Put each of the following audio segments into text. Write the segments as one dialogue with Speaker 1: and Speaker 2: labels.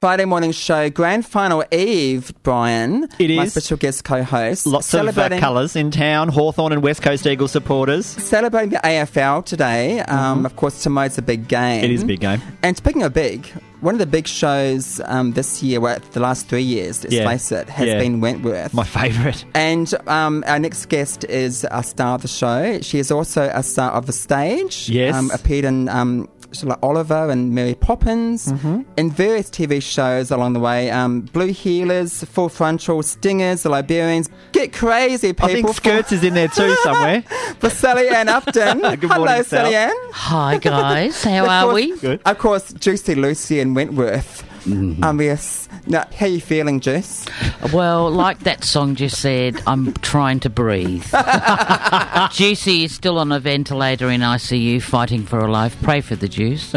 Speaker 1: Friday morning show, grand final eve, Brian.
Speaker 2: It
Speaker 1: My
Speaker 2: is.
Speaker 1: special guest co host.
Speaker 2: Lots of uh, colours in town. Hawthorn and West Coast Eagles supporters.
Speaker 1: Celebrating the AFL today. Um, Of course, tomorrow's a big game.
Speaker 2: Mm-hmm. It is a big game.
Speaker 1: And speaking of big, one of the big shows um, this year, well, the last three years, let's
Speaker 2: Yeah.
Speaker 1: face it, has
Speaker 2: Yeah.
Speaker 1: been Wentworth.
Speaker 2: My favourite.
Speaker 1: and um, our next guest is a star of the show. She is also a star of the stage.
Speaker 2: Yes.
Speaker 1: Um, appeared in um, shows like Oliver and Mary Poppins
Speaker 2: Mm-hmm.
Speaker 1: and various TV shows along the way. Um, Blue Healers, Full Frontal, Stingers, The Liberians. Get crazy, people.
Speaker 2: I think Skirts is in there too somewhere.
Speaker 1: For, for Sally Ann Upton.
Speaker 2: Good
Speaker 1: Hello,
Speaker 2: morning, Sal.
Speaker 1: Sally Ann.
Speaker 3: Hi guys, how
Speaker 1: Of
Speaker 3: are
Speaker 1: course-
Speaker 3: we?
Speaker 2: Good. Mm-hmm.
Speaker 1: Of course, Juicy Lucy and Wentworth. Um, yes. Now, how you feeling, Juice?
Speaker 3: Well, like that song just said, I'm trying to breathe. Juicy is still on a ventilator in ICU fighting for her life. Pray for the juice.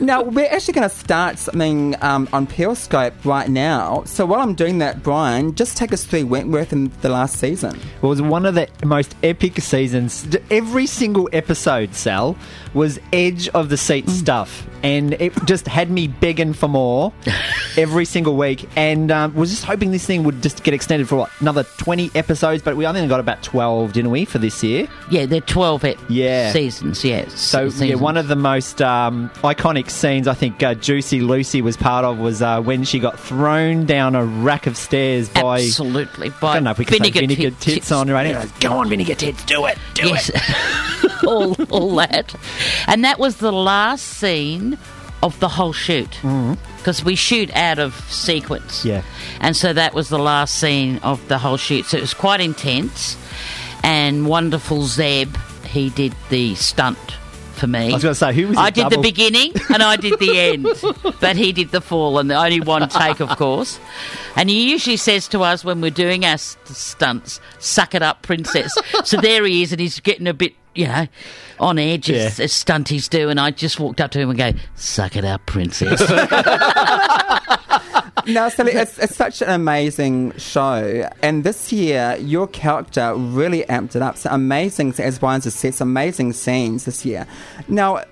Speaker 1: Now, we're actually going to start something um, on Periscope right now. So while I'm doing that, Brian, just take us through Wentworth in the last season.
Speaker 2: It was one of the most epic seasons. D- Every single episode, Sal, was edge of the seat stuff. And it just had me begging for more every single week. And um, was just hoping this thing would just get extended for what, another 20 episodes. But we only got about 12, didn't we, for this year?
Speaker 3: yeah, they're 12 ep-
Speaker 2: Yeah.
Speaker 3: seasons, yeah.
Speaker 2: So yeah, one
Speaker 3: of
Speaker 2: of the most um, iconic scenes I think uh, Juicy Lucy was part of was uh, when she got thrown down a rack of stairs by
Speaker 3: Absolutely. By
Speaker 2: I don't know if we can say vinegar
Speaker 3: tit-
Speaker 2: tits, on right now. Go on, vinegar tits, do it, do
Speaker 3: yes.
Speaker 2: it.
Speaker 3: all, all that. And that was the last scene of the whole shoot. Because we shoot out of sequence.
Speaker 2: Mm-hmm. Yeah.
Speaker 3: And so that was the last scene of the whole shoot. So it was quite intense. And wonderful Zeb, he did the stunt for me.
Speaker 2: I was going to say who was
Speaker 3: I
Speaker 2: it
Speaker 3: did the
Speaker 2: double-
Speaker 3: beginning and I did the end. but he did the fall and the only one take, of course. And he usually says to us when we're doing our st- stunts, suck it up, princess. so there he is and he's getting a bit, you know, on edge as,
Speaker 2: Yeah.
Speaker 3: as stunties do. And I just walked up to him and go, suck it up, princess.
Speaker 1: Now, Sally, it's, it's such an amazing show. And this year, your character really amped it up. So amazing, as Brian just said, some amazing scenes this year. Now,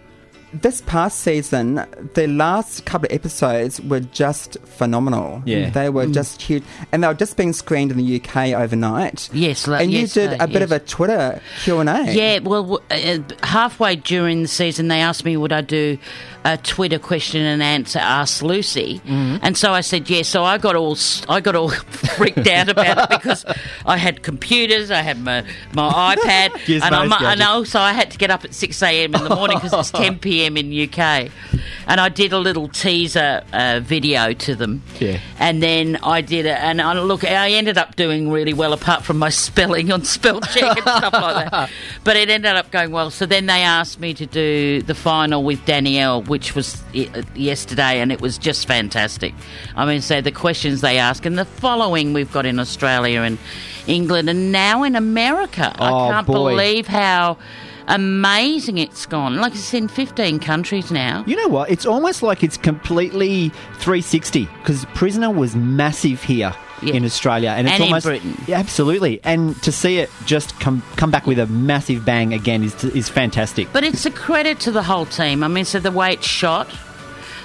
Speaker 1: this past season, the last couple of episodes were just phenomenal.
Speaker 2: Yeah.
Speaker 1: They
Speaker 3: Mm.
Speaker 1: were just huge. And they were just being screened in the UK overnight.
Speaker 3: Yes, like-
Speaker 1: And
Speaker 3: yes,
Speaker 1: you did
Speaker 3: uh,
Speaker 1: a bit of a
Speaker 3: yes.
Speaker 1: Twitter Q&A.
Speaker 3: Yeah, well, w- uh, halfway during the season, they asked me would I do a Twitter question and answer Ask Lucy, and so I said yes. So I got all s- I got all freaked out about it because I had computers, I had my my iPad,
Speaker 2: Gizmos,
Speaker 3: and, I'm, and
Speaker 2: gadgets.
Speaker 3: also I had to get up at six a.m. in the morning because it's ten p.m. in UK, and I did a little teaser uh, video to them.
Speaker 2: Yeah.
Speaker 3: And then I did it, and I, look, I ended up doing really well, apart from my spelling on spell check and stuff like that. But it ended up going well. So then they asked me to do the final with Danielle, which was i- yesterday, and it was just fantastic. I mean, so the questions they ask, and the following we've got in Australia and England, and now in America.
Speaker 2: Oh,
Speaker 3: I can't
Speaker 2: boy.
Speaker 3: believe how amazing it's gone. Like it's in 15 countries now.
Speaker 2: You know what? It's almost like it's completely 360 because Prisoner was massive here
Speaker 3: Yeah.
Speaker 2: in Australia, and it's
Speaker 3: And in
Speaker 2: almost
Speaker 3: Britain.
Speaker 2: Yeah, absolutely. And to see it just come come back with a massive bang again is is fantastic.
Speaker 3: But it's a credit to the whole team. I mean, so the way it's shot,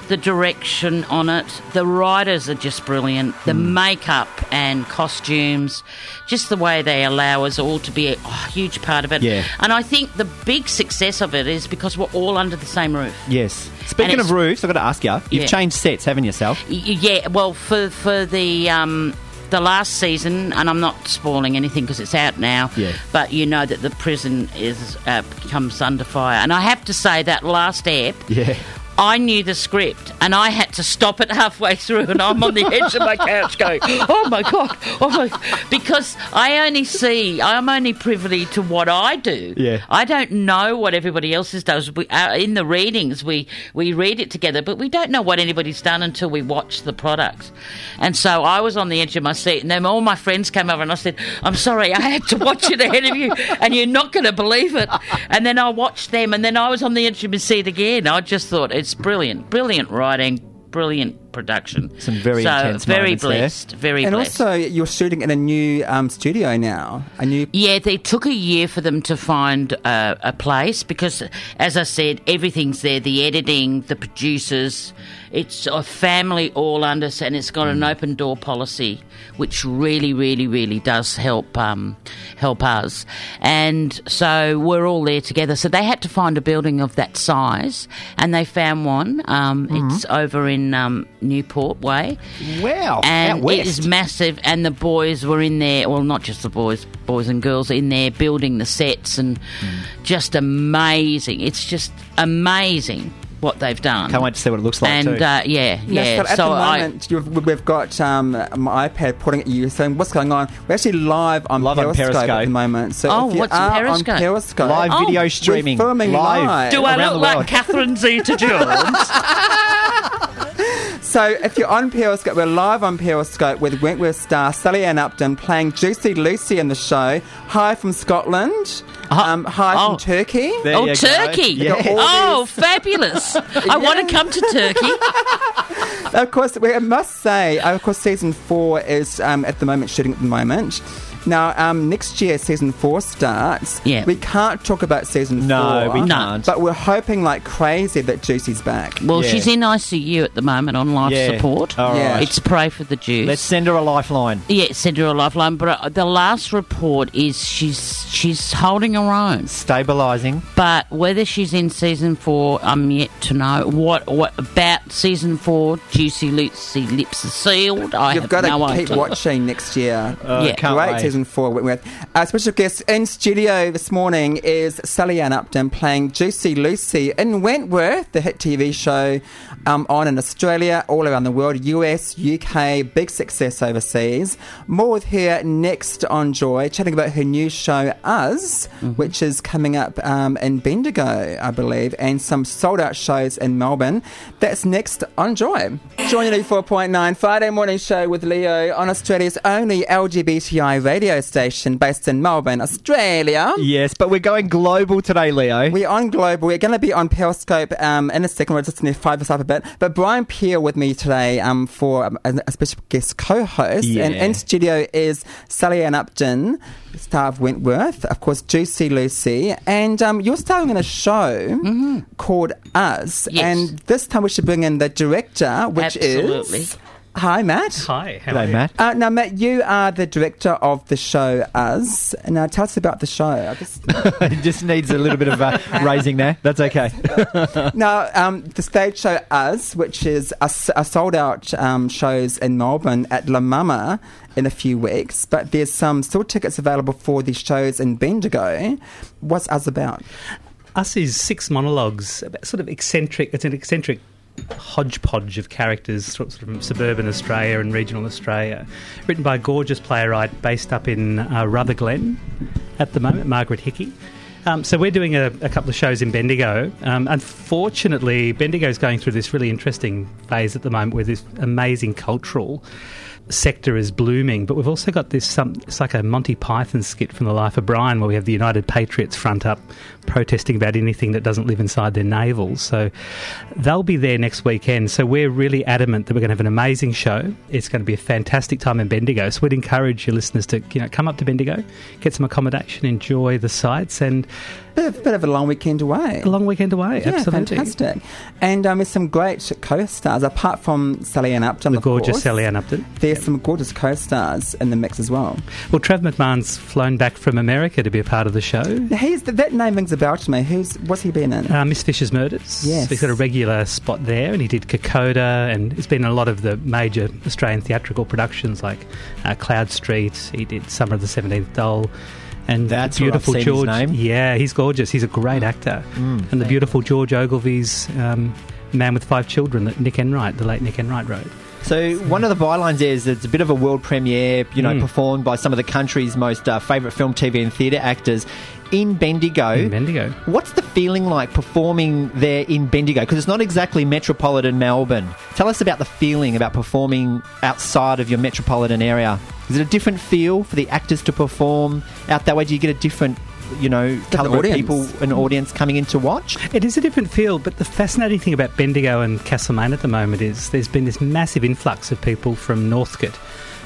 Speaker 3: the direction on it, the writers are just brilliant. The
Speaker 2: Hmm.
Speaker 3: makeup and costumes, just the way they allow us all to be a oh, huge part of it.
Speaker 2: Yeah.
Speaker 3: And I think the big success of it is because we're all under the same roof.
Speaker 2: Yes. Speaking
Speaker 3: And
Speaker 2: of
Speaker 3: it's-
Speaker 2: roofs, I've got to ask you. You've
Speaker 3: Yeah.
Speaker 2: changed sets, haven't you, Sal?
Speaker 3: Y- Yeah, well, for for the um, the last season, and I'm not spoiling anything because it's out now.
Speaker 2: Yeah.
Speaker 3: But you know that the prison is uh, comes under fire, and I have to say that last ep,
Speaker 2: Yeah.
Speaker 3: I knew the script and I had to stop it halfway through, and I'm on the edge of my couch going, "Oh my god, oh my!" Because I only see, I'm only privy to what I do.
Speaker 2: Yeah.
Speaker 3: I don't know what everybody else's does. We, uh, in the readings, we we read it together, but we don't know what anybody's done until we watch the product. And so I was on the edge of my seat, and then all my friends came over, and I said, "I'm sorry, I had to watch it ahead of you, and you're not going to believe it." And then I watched them, and then I was on the edge of my seat again. I just thought it's brilliant, brilliant writing, brilliant production.
Speaker 2: Some very
Speaker 3: so
Speaker 2: intense
Speaker 3: very
Speaker 2: moments there.
Speaker 3: blessed, very
Speaker 1: And
Speaker 3: blessed.
Speaker 1: also, you're shooting in a new um, studio now. A new.
Speaker 3: Yeah, they took a year for them to find uh, a place because, as I said, everything's there the editing, the producers. It's a family all under, us, and it's got an open door policy, which really, really, really does help um, help us. And so we're all there together. So they had to find a building of that size, and they found one. Um, It's over in um, Newport Way
Speaker 2: Wow. out
Speaker 3: and it
Speaker 2: west.
Speaker 3: is massive. And the boys were in there. Well, not just the boys, boys and girls in there building the sets and
Speaker 2: Hmm.
Speaker 3: just amazing. It's just amazing what they've done.
Speaker 2: Can't wait to see what it looks like
Speaker 3: and
Speaker 2: too.
Speaker 3: uh, yeah, yeah.
Speaker 1: Yes, but at
Speaker 3: so
Speaker 1: the
Speaker 3: I,
Speaker 1: moment, you've, we've got um, my iPad pointing at you saying, What's going on? We're actually live on,
Speaker 2: Live on
Speaker 1: Periscope, at
Speaker 2: Periscope.
Speaker 1: the moment. So
Speaker 3: Oh,
Speaker 1: if you
Speaker 3: what's
Speaker 1: are on
Speaker 3: Periscope?
Speaker 1: Periscope,
Speaker 2: live
Speaker 3: Oh,
Speaker 2: video
Speaker 3: we're
Speaker 2: streaming.
Speaker 1: We're filming live.
Speaker 3: do I
Speaker 2: around
Speaker 3: look
Speaker 2: the
Speaker 3: like
Speaker 2: world.
Speaker 3: Catherine Zeta Jones?
Speaker 1: So if you're on Periscope, we're live on Periscope with Wentworth star Sally Ann Upton playing Juicy Lucy in the show. Hi from Scotland. Um, hi
Speaker 3: oh.
Speaker 1: from Turkey.
Speaker 2: There
Speaker 3: oh,
Speaker 2: you go.
Speaker 3: Turkey!
Speaker 2: Yes.
Speaker 1: all
Speaker 3: Oh, fabulous! I want to come to Turkey.
Speaker 1: Of course, we I must say, of course, season four is um, at the moment shooting at the moment. Now, um, next year, season four starts.
Speaker 3: Yeah.
Speaker 1: We can't talk about season
Speaker 2: No,
Speaker 1: four.
Speaker 2: we
Speaker 3: No.
Speaker 2: can't.
Speaker 1: But we're hoping like crazy that Juicy's back.
Speaker 3: Well,
Speaker 2: Yeah.
Speaker 3: she's in ICU at the moment on life
Speaker 2: Yeah.
Speaker 3: support.
Speaker 2: All
Speaker 1: Yeah.
Speaker 2: right.
Speaker 3: It's pray for the Jews.
Speaker 2: Let's send her a lifeline.
Speaker 3: Yeah, Central Lifeline. But uh, the last report is she's she's holding her own.
Speaker 2: Stabilizing.
Speaker 3: But whether she's in season four, I'm yet to know. What what about season four? Juicy Lucy lips are sealed. I
Speaker 1: You've
Speaker 3: have
Speaker 1: got to
Speaker 3: no
Speaker 1: keep
Speaker 3: idea.
Speaker 1: watching next year.
Speaker 2: Uh,
Speaker 3: Yeah.
Speaker 2: Can't
Speaker 1: Great
Speaker 2: wait.
Speaker 1: season four, Whitworth. Our special guest in studio this morning is Sally Ann Upton playing Juicy Lucy in Wentworth, the hit TV show um, on in Australia, all around the world, US, UK, big success overseas. More with her next on Joy, chatting about her new show Us, which is coming up um, in Bendigo, I believe, and some sold out shows in Melbourne. That's next on Joy. Join you 4.9 Friday morning show with Leo on Australia's only LGBTI radio station based in Melbourne, Australia.
Speaker 2: Yes, but we're going global today, Leo.
Speaker 1: We're on Global. We're going to be on Periscope um, in a second. We're just going to five us up a bit. But Brian Peer with me today um, for um, a, a special guest co-host.
Speaker 2: Yeah.
Speaker 1: And in studio is Sally Ann Upton, star of Wentworth, of course, Juicy Lucy. And um, you're starring in a show called Us.
Speaker 3: Yes.
Speaker 1: And this time we should bring in the director, which
Speaker 3: Absolutely.
Speaker 1: is... Hi, Matt.
Speaker 4: Hi, how are
Speaker 2: G'day,
Speaker 4: you?
Speaker 2: Matt.
Speaker 1: Uh, now, Matt, you are the director of the show Us. Now, tell us about the show. I guess-
Speaker 2: it just needs a little bit of uh, raising there. That's okay.
Speaker 1: Now, um, the stage show Us, which is a, s- a sold out um, shows in Melbourne at La Mama in a few weeks, but there's some still tickets available for the shows in Bendigo. What's Us about?
Speaker 4: Us is six monologues, about- sort of eccentric. It's an eccentric hodgepodge of characters sort of from suburban Australia and regional Australia, written by a gorgeous playwright based up in uh, Rutherglen at the moment, Margaret Hickey. Um, so we're doing a, a couple of shows in Bendigo. Um, unfortunately, Bendigo is going through this really interesting phase at the moment where this amazing cultural sector is blooming, but we've also got this some it's like a Monty Python skit from the life of Brian where we have the United Patriots front up protesting about anything that doesn't live inside their navels. So they'll be there next weekend. So we're really adamant that we're going to have an amazing show. It's going to be a fantastic time in Bendigo. So we'd encourage your listeners to, you know, come up to Bendigo, get some accommodation, enjoy the sights and
Speaker 1: Bit of, bit of a long weekend away.
Speaker 4: a long weekend away.
Speaker 1: yeah,
Speaker 4: Absolutely.
Speaker 1: fantastic. And um, there's some great co stars, apart from Sally Ann Upton.
Speaker 4: The
Speaker 1: of
Speaker 4: gorgeous
Speaker 1: course.
Speaker 4: Sally Ann Upton.
Speaker 1: There's some gorgeous co stars in the mix as well.
Speaker 4: Well, Trav McMahon's flown back from America to be a part of the show.
Speaker 1: Now, He's, that name rings a bell to me. Who's, what's he been in?
Speaker 4: Uh, Miss Fisher's Murders.
Speaker 1: Yes.
Speaker 4: He's got a regular spot there, and he did Kokoda, and it's been in a lot of the major Australian theatrical productions like uh, Cloud Street. He did Summer of the 17th Doll. And
Speaker 2: That's
Speaker 4: the
Speaker 2: where I've
Speaker 4: beautiful
Speaker 2: seen his
Speaker 4: George.
Speaker 2: name. Mm.
Speaker 4: Yeah, he's gorgeous. He's a great actor. and the beautiful George Ogilvy's um, Man with Five Children that Nick Enright, the late Nick Enright, wrote.
Speaker 2: So one of the bylines is it's a bit of a world premiere, you know, performed by some of the country's most uh, favourite film, TV, and theatre actors in Bendigo.
Speaker 4: In Bendigo.
Speaker 2: What's the feeling like performing there in Bendigo? Because it's not exactly metropolitan Melbourne. Tell us about the feeling about performing outside of your metropolitan area. Is it a different feel for the actors to perform out that way? Do you get a different, you know, caliber of
Speaker 1: audience.
Speaker 2: people, an audience coming in to watch?
Speaker 4: It is a different feel, but the fascinating thing about Bendigo and Castlemaine at the moment is there's been this massive influx of people from Northcote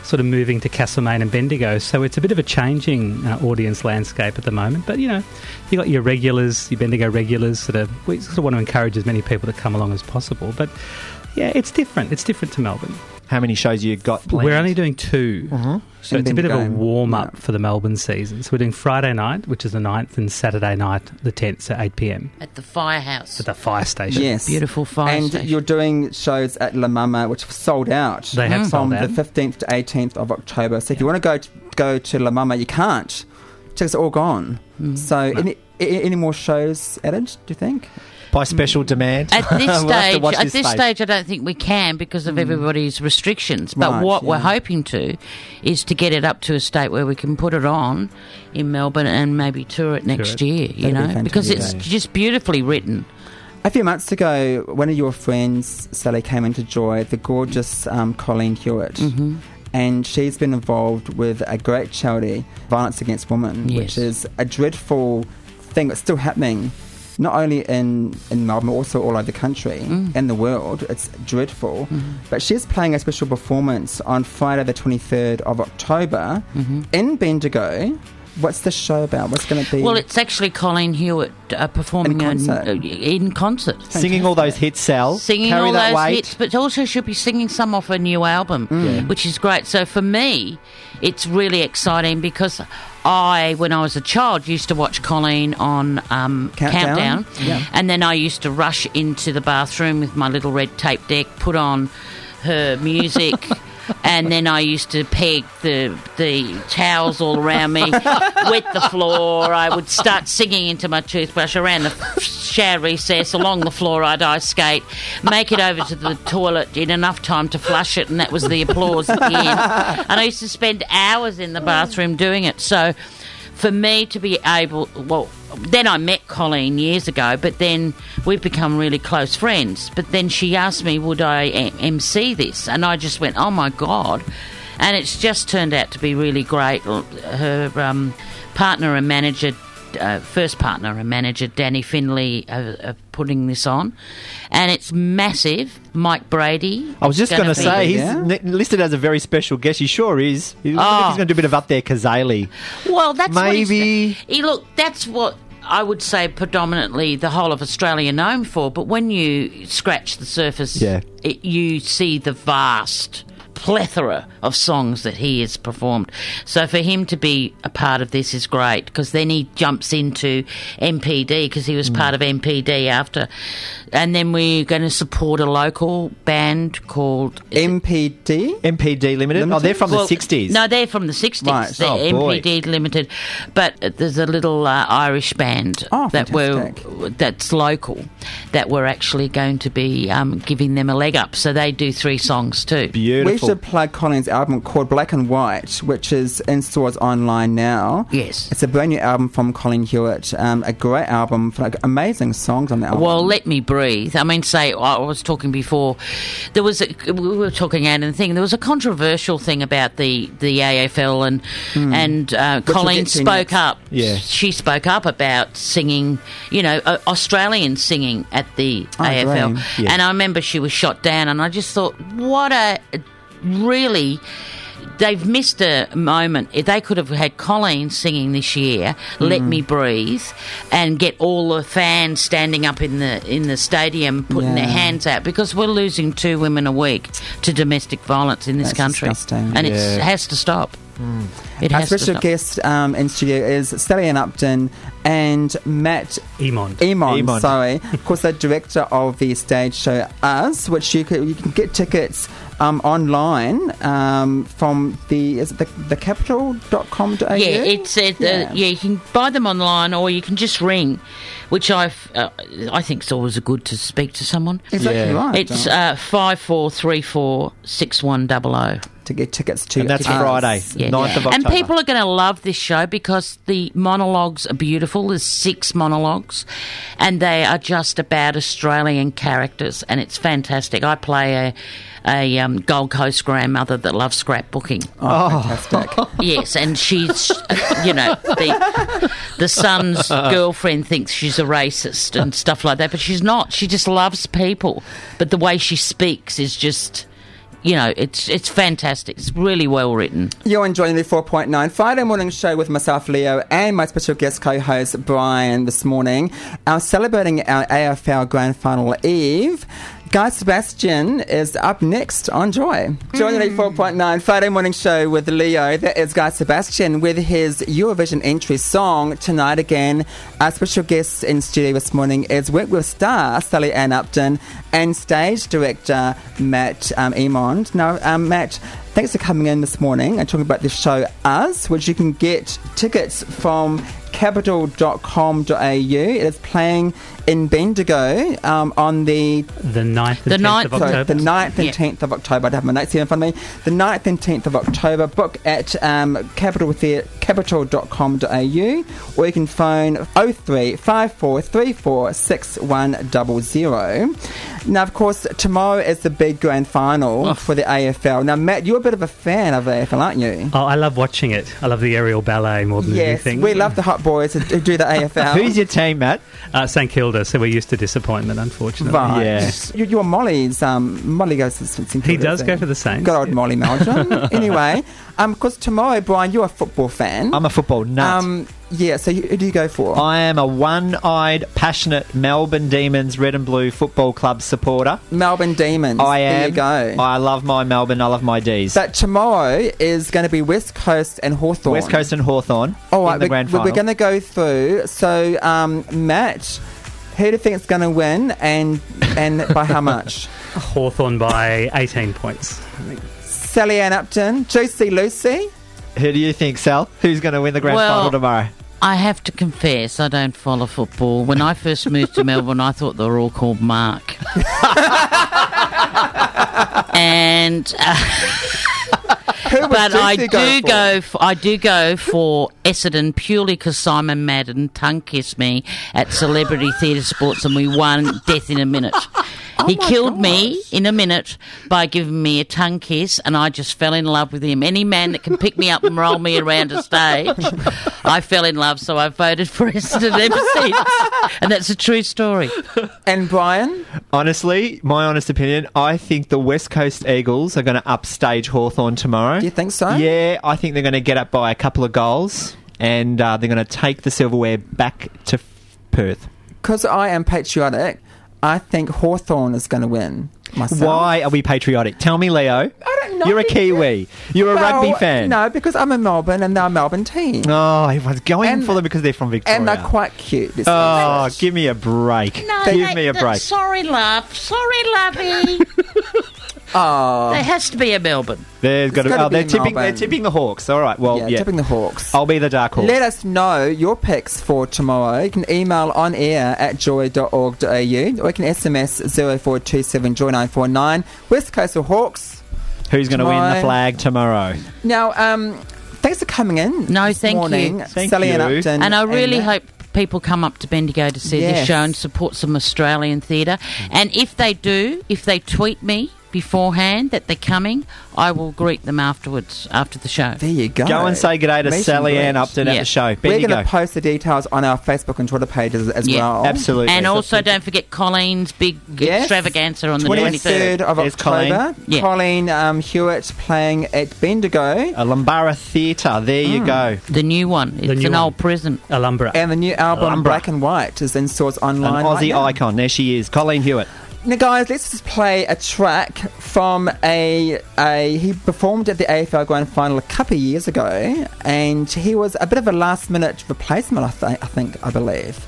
Speaker 4: sort of moving to Castlemaine and Bendigo. So it's a bit of a changing uh, audience landscape at the moment. But, you know, you got your regulars, your Bendigo regulars that are, we sort of want to encourage as many people to come along as possible. But, yeah, it's different. It's different to Melbourne.
Speaker 2: How many shows you got planned?
Speaker 4: We're only doing 2 So
Speaker 1: And
Speaker 4: it's a
Speaker 1: then
Speaker 4: bit of a
Speaker 1: going-
Speaker 4: warm up
Speaker 1: Uh-huh. yeah.
Speaker 4: for the Melbourne season. So we're doing Friday night, which is the 9th, and Saturday night, the 10th, at 8 pm
Speaker 3: At the firehouse.
Speaker 4: at the fire station.
Speaker 1: Yes.
Speaker 3: Beautiful fire
Speaker 1: And
Speaker 3: station.
Speaker 1: you're doing shows at La Mama, which have sold out.
Speaker 4: They have Mm.
Speaker 1: from
Speaker 4: sold out.
Speaker 1: the 15th to 18th of October. So if you want to go to, go to La Mama, you can't. Tickets are all gone.
Speaker 4: Mm.
Speaker 1: So any, a- any more shows added, do you think?
Speaker 2: by special demand.
Speaker 3: At
Speaker 2: We'll
Speaker 3: this
Speaker 2: have to
Speaker 3: stage,
Speaker 2: watch
Speaker 3: at this
Speaker 2: this space.
Speaker 3: stage, I don't think we can because of everybody's restrictions. But
Speaker 1: Right,
Speaker 3: what we're
Speaker 1: yeah.
Speaker 3: hoping to is to get it up to a state where we can put it on in Melbourne and maybe tour it next
Speaker 4: it.
Speaker 3: year. You
Speaker 1: That'd be
Speaker 3: know, because it's
Speaker 1: fantastic.
Speaker 3: just beautifully written.
Speaker 1: A few months ago, one of your friends, Sally, came into Joy, the gorgeous um, Colleen Hewitt.
Speaker 3: Mm-hmm.
Speaker 1: And she's been involved with a great charity, Violence Against Women,
Speaker 3: Yes.
Speaker 1: which is a dreadful thing that's still happening, not only in, in Melbourne, but also all over the country
Speaker 3: Mm.
Speaker 1: and the world. It's dreadful.
Speaker 3: Mm-hmm.
Speaker 1: But she's playing a special performance on Friday, the 23rd of October
Speaker 3: Mm-hmm.
Speaker 1: in Bendigo. What's the show about? What's going to be?
Speaker 3: Well, it's actually Colleen Hewitt uh, performing
Speaker 1: In
Speaker 3: an-
Speaker 1: concert.
Speaker 3: uh, in concert.
Speaker 2: Singing all those hits, Sal.
Speaker 3: singing
Speaker 2: Carry
Speaker 3: all
Speaker 2: that
Speaker 3: those
Speaker 2: weight. Mm.
Speaker 3: hits, but also she'll be singing some off her new album, which is great. So for me, it's really exciting because I, when I was a child, used to watch Colleen on um,
Speaker 1: Countdown?
Speaker 3: Countdown,
Speaker 1: Yeah.
Speaker 3: and then I used to rush into the bathroom with my little red tape deck, put on her music. And then I used to peg the the towels all around me, wet the floor. I would start singing into my toothbrush around the shower recess, along the floor. I'd ice skate, make it over to the toilet in enough time to flush it, and that was the applause at the end. And I used to spend hours in the bathroom doing it. So for me to be able well then i met colleen years ago but then we've become really close friends but then she asked me would I a- mc this and i just went oh my god and it's just turned out to be really great L- her um, partner and manager uh, first partner and manager Danny Finley uh, uh, putting this on, and it's massive. Mike Brady.
Speaker 2: I was just going to
Speaker 3: be-
Speaker 2: say, he's
Speaker 1: Yeah.
Speaker 2: n- listed as a very special guest. He sure is. He- I think
Speaker 3: Ah.
Speaker 2: he's going to do a bit of up there Kazali.
Speaker 3: Well, that's
Speaker 2: Maybe-
Speaker 3: What he's- he, look, that's what I would say predominantly the whole of Australia known for. But when you scratch the surface,
Speaker 2: Yeah.
Speaker 3: it, you see the vast plethora of songs that he has performed. So for him to be a part of this is great because then he jumps into MPD because he
Speaker 2: Mm.
Speaker 3: was part of MPD after. And then we're going to support a local band called
Speaker 1: MPD?
Speaker 2: MPD Limited. Oh,
Speaker 1: Limited?
Speaker 2: they're from
Speaker 3: well,
Speaker 2: the 60s.
Speaker 3: No, they're from the 60s.
Speaker 1: Right.
Speaker 3: They're
Speaker 2: Oh, boy.
Speaker 3: MPD Limited. But uh, there's a little uh, Irish band
Speaker 1: Oh,
Speaker 3: that were
Speaker 1: fantastic.
Speaker 3: that's local that we're actually going to be um, giving them a leg up. So they do three songs too.
Speaker 2: Beautiful.
Speaker 1: We should plug Colin's album called Black and White, which is in stores online now.
Speaker 3: Yes.
Speaker 1: It's a brand new album from Colin Hewitt. Um, a great album, like amazing songs on the album.
Speaker 3: Well, let me breathe. I mean, say I was talking before. There was a, we were talking out and thing. There was a controversial thing about the the AFL and and uh,
Speaker 1: we'll
Speaker 3: Colleen
Speaker 1: get to
Speaker 3: spoke
Speaker 1: next.
Speaker 3: up.
Speaker 2: Yeah.
Speaker 3: she spoke up about singing. You know, uh, Australian singing at the AFL,
Speaker 1: great.
Speaker 2: Yeah.
Speaker 3: and I remember she was shot down. And I just thought, what a really. They've missed a moment. If They could have had Colleen singing this year,
Speaker 1: Mm.
Speaker 3: "Let Me Breathe," and get all the fans standing up in the in the stadium, putting their
Speaker 1: Yeah.
Speaker 3: hands out because we're losing two women a week to domestic violence in this
Speaker 1: That's
Speaker 3: country,
Speaker 1: disgusting. Mm.
Speaker 3: and it
Speaker 2: Yeah.
Speaker 3: has to stop. It
Speaker 1: Our
Speaker 3: has to
Speaker 1: special
Speaker 3: stop.
Speaker 1: guest um, in studio is Stallion Upton and Matt
Speaker 4: Emon.
Speaker 1: Emon,
Speaker 2: Emon.
Speaker 1: sorry. of course, the director of the stage show Us, which you can, you can get tickets um, online um, from the is it the, the capital.com.au?
Speaker 3: Yeah, it's uh, yeah. yeah. You can buy them online, or you can just ring, which I've uh, I think it's always good to speak to someone.
Speaker 1: Exactly
Speaker 2: Yeah.
Speaker 1: right.
Speaker 3: It's uh, five four three four six one double o.
Speaker 1: to get tickets to
Speaker 2: And that's
Speaker 1: us.
Speaker 2: Friday,
Speaker 3: Yeah.
Speaker 2: 9th of October.
Speaker 3: And people are going to love this show because the monologues are beautiful. There's six monologues, and they are just about Australian characters, and it's fantastic. I play a, a um, Gold Coast grandmother that loves scrapbooking.
Speaker 1: Oh, fantastic.
Speaker 3: Yes, and she's, you know, the, the son's girlfriend thinks she's a racist and stuff like that, but she's not. She just loves people. But the way she speaks is just. You know, it's it's fantastic. It's really well written.
Speaker 1: You're enjoying the 4.9 Friday morning show with myself, Leo, and my special guest co host, Brian, this morning. Our celebrating our AFL Grand Final Eve. Guy Sebastian is up next on Joy. Joy the 4.9 Friday morning show with Leo. That is Guy Sebastian with his Eurovision entry song, Tonight Again. Our special guest in studio this morning is Work With Star, Sally Ann Upton, and stage director, Matt um, Emond. Now, um, Matt, Thanks for coming in this morning and talking about the show Us, which you can get tickets from capital.com.au. It is playing in Bendigo um, on the,
Speaker 4: The 9th
Speaker 3: The
Speaker 4: and 10th of
Speaker 3: ninth-
Speaker 4: October.
Speaker 1: sorry, the 9th and
Speaker 3: Yeah.
Speaker 1: 10th of October. I'd have my notes here in front of me. The 9th and 10th of October. Book at um, capital with their capital.com.au or you can phone 03 Now, of course, tomorrow is the big grand final for the AFL. Now, Matt, you're a bit of a fan of AFL, aren't you?
Speaker 4: Oh, I love watching it. I love the aerial ballet more than
Speaker 1: Yes,
Speaker 4: anything.
Speaker 1: we love the hot boys who do the AFL.
Speaker 2: Who's your team, Matt?
Speaker 4: uh, St Kilda, so we're used to disappointment, unfortunately.
Speaker 1: Right.
Speaker 2: Yes.
Speaker 1: You, you're Molly's. Um, Molly goes to St.
Speaker 4: He does go for the Saints.
Speaker 1: Good old Molly Meldrum. anyway, um, because tomorrow, Brian, you're a football fan.
Speaker 2: I'm a football nut.
Speaker 1: Um, yeah. So who who do you go for?
Speaker 2: I am a one-eyed, passionate Melbourne Demons Red and Blue Football Club supporter.
Speaker 1: Melbourne Demons.
Speaker 2: I am.
Speaker 1: There you go.
Speaker 2: I love my Melbourne. I love my D's.
Speaker 1: but tomorrow is going to be West Coast and Hawthorn.
Speaker 2: West Coast and Hawthorn
Speaker 1: All right,
Speaker 2: in the
Speaker 1: we-
Speaker 2: grand
Speaker 1: we-
Speaker 2: final.
Speaker 1: we're going to go through. So, um, Matt, who do you think's going to win, and and by how much?
Speaker 4: Hawthorn by 18 points.
Speaker 1: Sally Ann Upton, Juicy Lucy.
Speaker 2: Who do you think, Sal? Who's going to win the grand
Speaker 3: Well-
Speaker 2: final tomorrow?
Speaker 3: I have to confess, I don't follow football. When I first moved to Melbourne, I thought they were all called Mark. and uh,
Speaker 1: Who would
Speaker 3: but I
Speaker 1: Juicy go
Speaker 3: do go,
Speaker 1: for?
Speaker 3: f- I do go for Essendon purely because Simon Madden tongue kissed me at Celebrity Theatre Sports, and we won Death in a Minute. he
Speaker 1: my
Speaker 3: killed me in a minute by giving me a tongue kiss, and I just fell in love with him. Any man that can pick me up and roll me around a stage, I fell in love, so I voted for Essendon ever since. And that's a true story.
Speaker 1: And Brian.
Speaker 2: Honestly, my honest opinion, I think the West Coast Eagles are going to upstage Hawthorn tomorrow.
Speaker 1: Do you think so?
Speaker 2: Yeah, I think they're going to get up by a couple of goals and uh, they're going to take the silverware back to f- Perth.
Speaker 1: because I am patriotic, I think Hawthorn is going to win. Myself.
Speaker 2: Why are we patriotic? Tell me, Leo. I
Speaker 1: don't know.
Speaker 2: You're a Kiwi. You're a
Speaker 1: Well,
Speaker 2: rugby fan.
Speaker 1: No, because I'm in Melbourne and they're a Melbourne team.
Speaker 2: Oh, everyone's going
Speaker 1: And-
Speaker 2: for them because they're from Victoria.
Speaker 1: and they're quite cute. let's
Speaker 2: Oh,
Speaker 1: face it.
Speaker 2: give me a break. give me a break.
Speaker 3: Sorry, love. Sorry, lovey.
Speaker 2: Ah.
Speaker 1: Oh,
Speaker 3: there has to be a Melbourne.
Speaker 2: There's got to,
Speaker 1: gotta
Speaker 2: oh,
Speaker 1: be
Speaker 2: they're
Speaker 1: in
Speaker 2: tipping. They're
Speaker 1: Melbourne.
Speaker 2: tipping the Hawks. All right. Well,
Speaker 1: yeah,
Speaker 2: yeah.
Speaker 1: tipping the Hawks.
Speaker 2: I'll be the dark horse.
Speaker 1: Let us know your picks for tomorrow. You can email on air at joy.org.au or you can SMS 0427 joy 949 West Coast or Hawks.
Speaker 2: Who's going to win the
Speaker 1: tomorrow.
Speaker 2: flag tomorrow?
Speaker 1: Now, um, thanks for coming in.
Speaker 3: No,
Speaker 1: this
Speaker 3: thank you.
Speaker 1: morning,
Speaker 2: Thank
Speaker 1: Sally and
Speaker 2: you.
Speaker 1: Upton.
Speaker 3: And I really
Speaker 1: Matt.
Speaker 3: hope people come up to Bendigo to see
Speaker 1: Yes.
Speaker 3: this show and support some Australian theatre. And if they do, if they tweet me beforehand that they're coming, I will greet them afterwards, after the show.
Speaker 1: There you go.
Speaker 2: Go and say good day to
Speaker 1: Meet and
Speaker 2: Sally
Speaker 1: greet.
Speaker 2: Ann Upton at
Speaker 3: Yeah.
Speaker 2: the show.
Speaker 1: We're
Speaker 2: Bendigo.
Speaker 1: going to post the details on our Facebook and Twitter pages as
Speaker 3: Yeah,
Speaker 1: well.
Speaker 2: Absolutely.
Speaker 3: And also, don't forget Colleen's big
Speaker 1: Yes.
Speaker 3: extravaganza on the 23rd.
Speaker 1: 23rd of
Speaker 2: There's Colleen.
Speaker 1: October. Colleen,
Speaker 3: Yeah.
Speaker 1: um, Hewitt playing at Bendigo.
Speaker 2: a Lumbara Theatre. There you go.
Speaker 3: The new one. It's
Speaker 4: new
Speaker 3: an
Speaker 4: one.
Speaker 3: old prison.
Speaker 4: Alumbra.
Speaker 1: And the new album,
Speaker 2: Lumbra.
Speaker 1: Black and White, is in stores
Speaker 2: An
Speaker 1: online. right
Speaker 2: Aussie
Speaker 1: now.
Speaker 2: icon. There she is. Colleen Hewitt.
Speaker 1: Now, guys, let's just play a track from a, a. He performed at the AFL Grand Final a couple of years ago, and he was a bit of a last minute replacement, I, th- I think, I believe.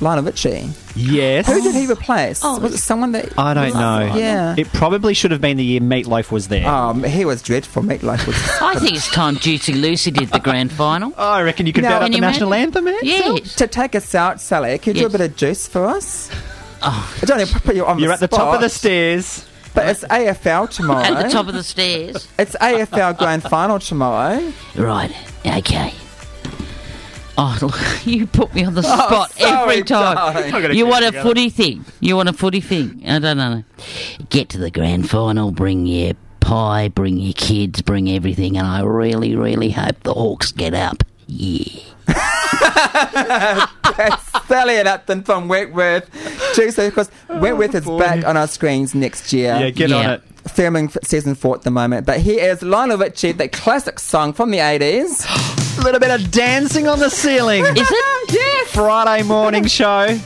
Speaker 1: Lionel Richie.
Speaker 2: Yes.
Speaker 1: Who did he replace?
Speaker 5: Oh.
Speaker 1: Was it someone that.
Speaker 2: I don't know.
Speaker 1: Yeah.
Speaker 2: It probably should have been the year Meatloaf was there.
Speaker 1: Um, he was dreadful. Meatloaf was.
Speaker 3: I think it's time Juicy Lucy did the grand final.
Speaker 2: Oh, I reckon you could
Speaker 1: Now-
Speaker 2: bet up
Speaker 1: Can
Speaker 2: the
Speaker 3: you
Speaker 2: national anthem, man.
Speaker 3: Yes.
Speaker 1: to take us out, Sally, could you do a
Speaker 3: Yes. Oh.
Speaker 1: bit of juice for us? I don't even put you on
Speaker 2: You're at the top of the
Speaker 1: spot,
Speaker 2: stairs.
Speaker 1: But it's AFL tomorrow.
Speaker 3: At the top of the stairs.
Speaker 1: It's AFL Grand Final tomorrow.
Speaker 3: Right. Okay. Oh, look, you put me on the spot
Speaker 1: sorry,
Speaker 3: every time.
Speaker 1: darling. I'm gonna
Speaker 3: You want a footy thing. You want a footy thing. I don't know. Get to the grand final, bring your pie, bring your kids, bring everything, and I really, really hope the Hawks get up. Yeah.
Speaker 1: Sally and Upton from Wentworth. Juice, of course, Wentworth is back on our screens next year.
Speaker 2: Oh, Yeah, get on
Speaker 3: Yeah.
Speaker 2: it.
Speaker 1: Filming f- season four at the moment. But here is Lionel Richie, the classic song from the 80s.
Speaker 2: A little bit of dancing on the ceiling.
Speaker 3: Is it?
Speaker 2: Friday morning show.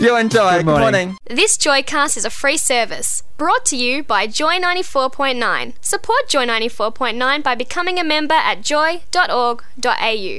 Speaker 1: You enjoy.
Speaker 2: Good morning.
Speaker 6: This Joycast is a free service brought to you by Joy 94.9. Support Joy 94.9 by becoming a member at joy.org.au.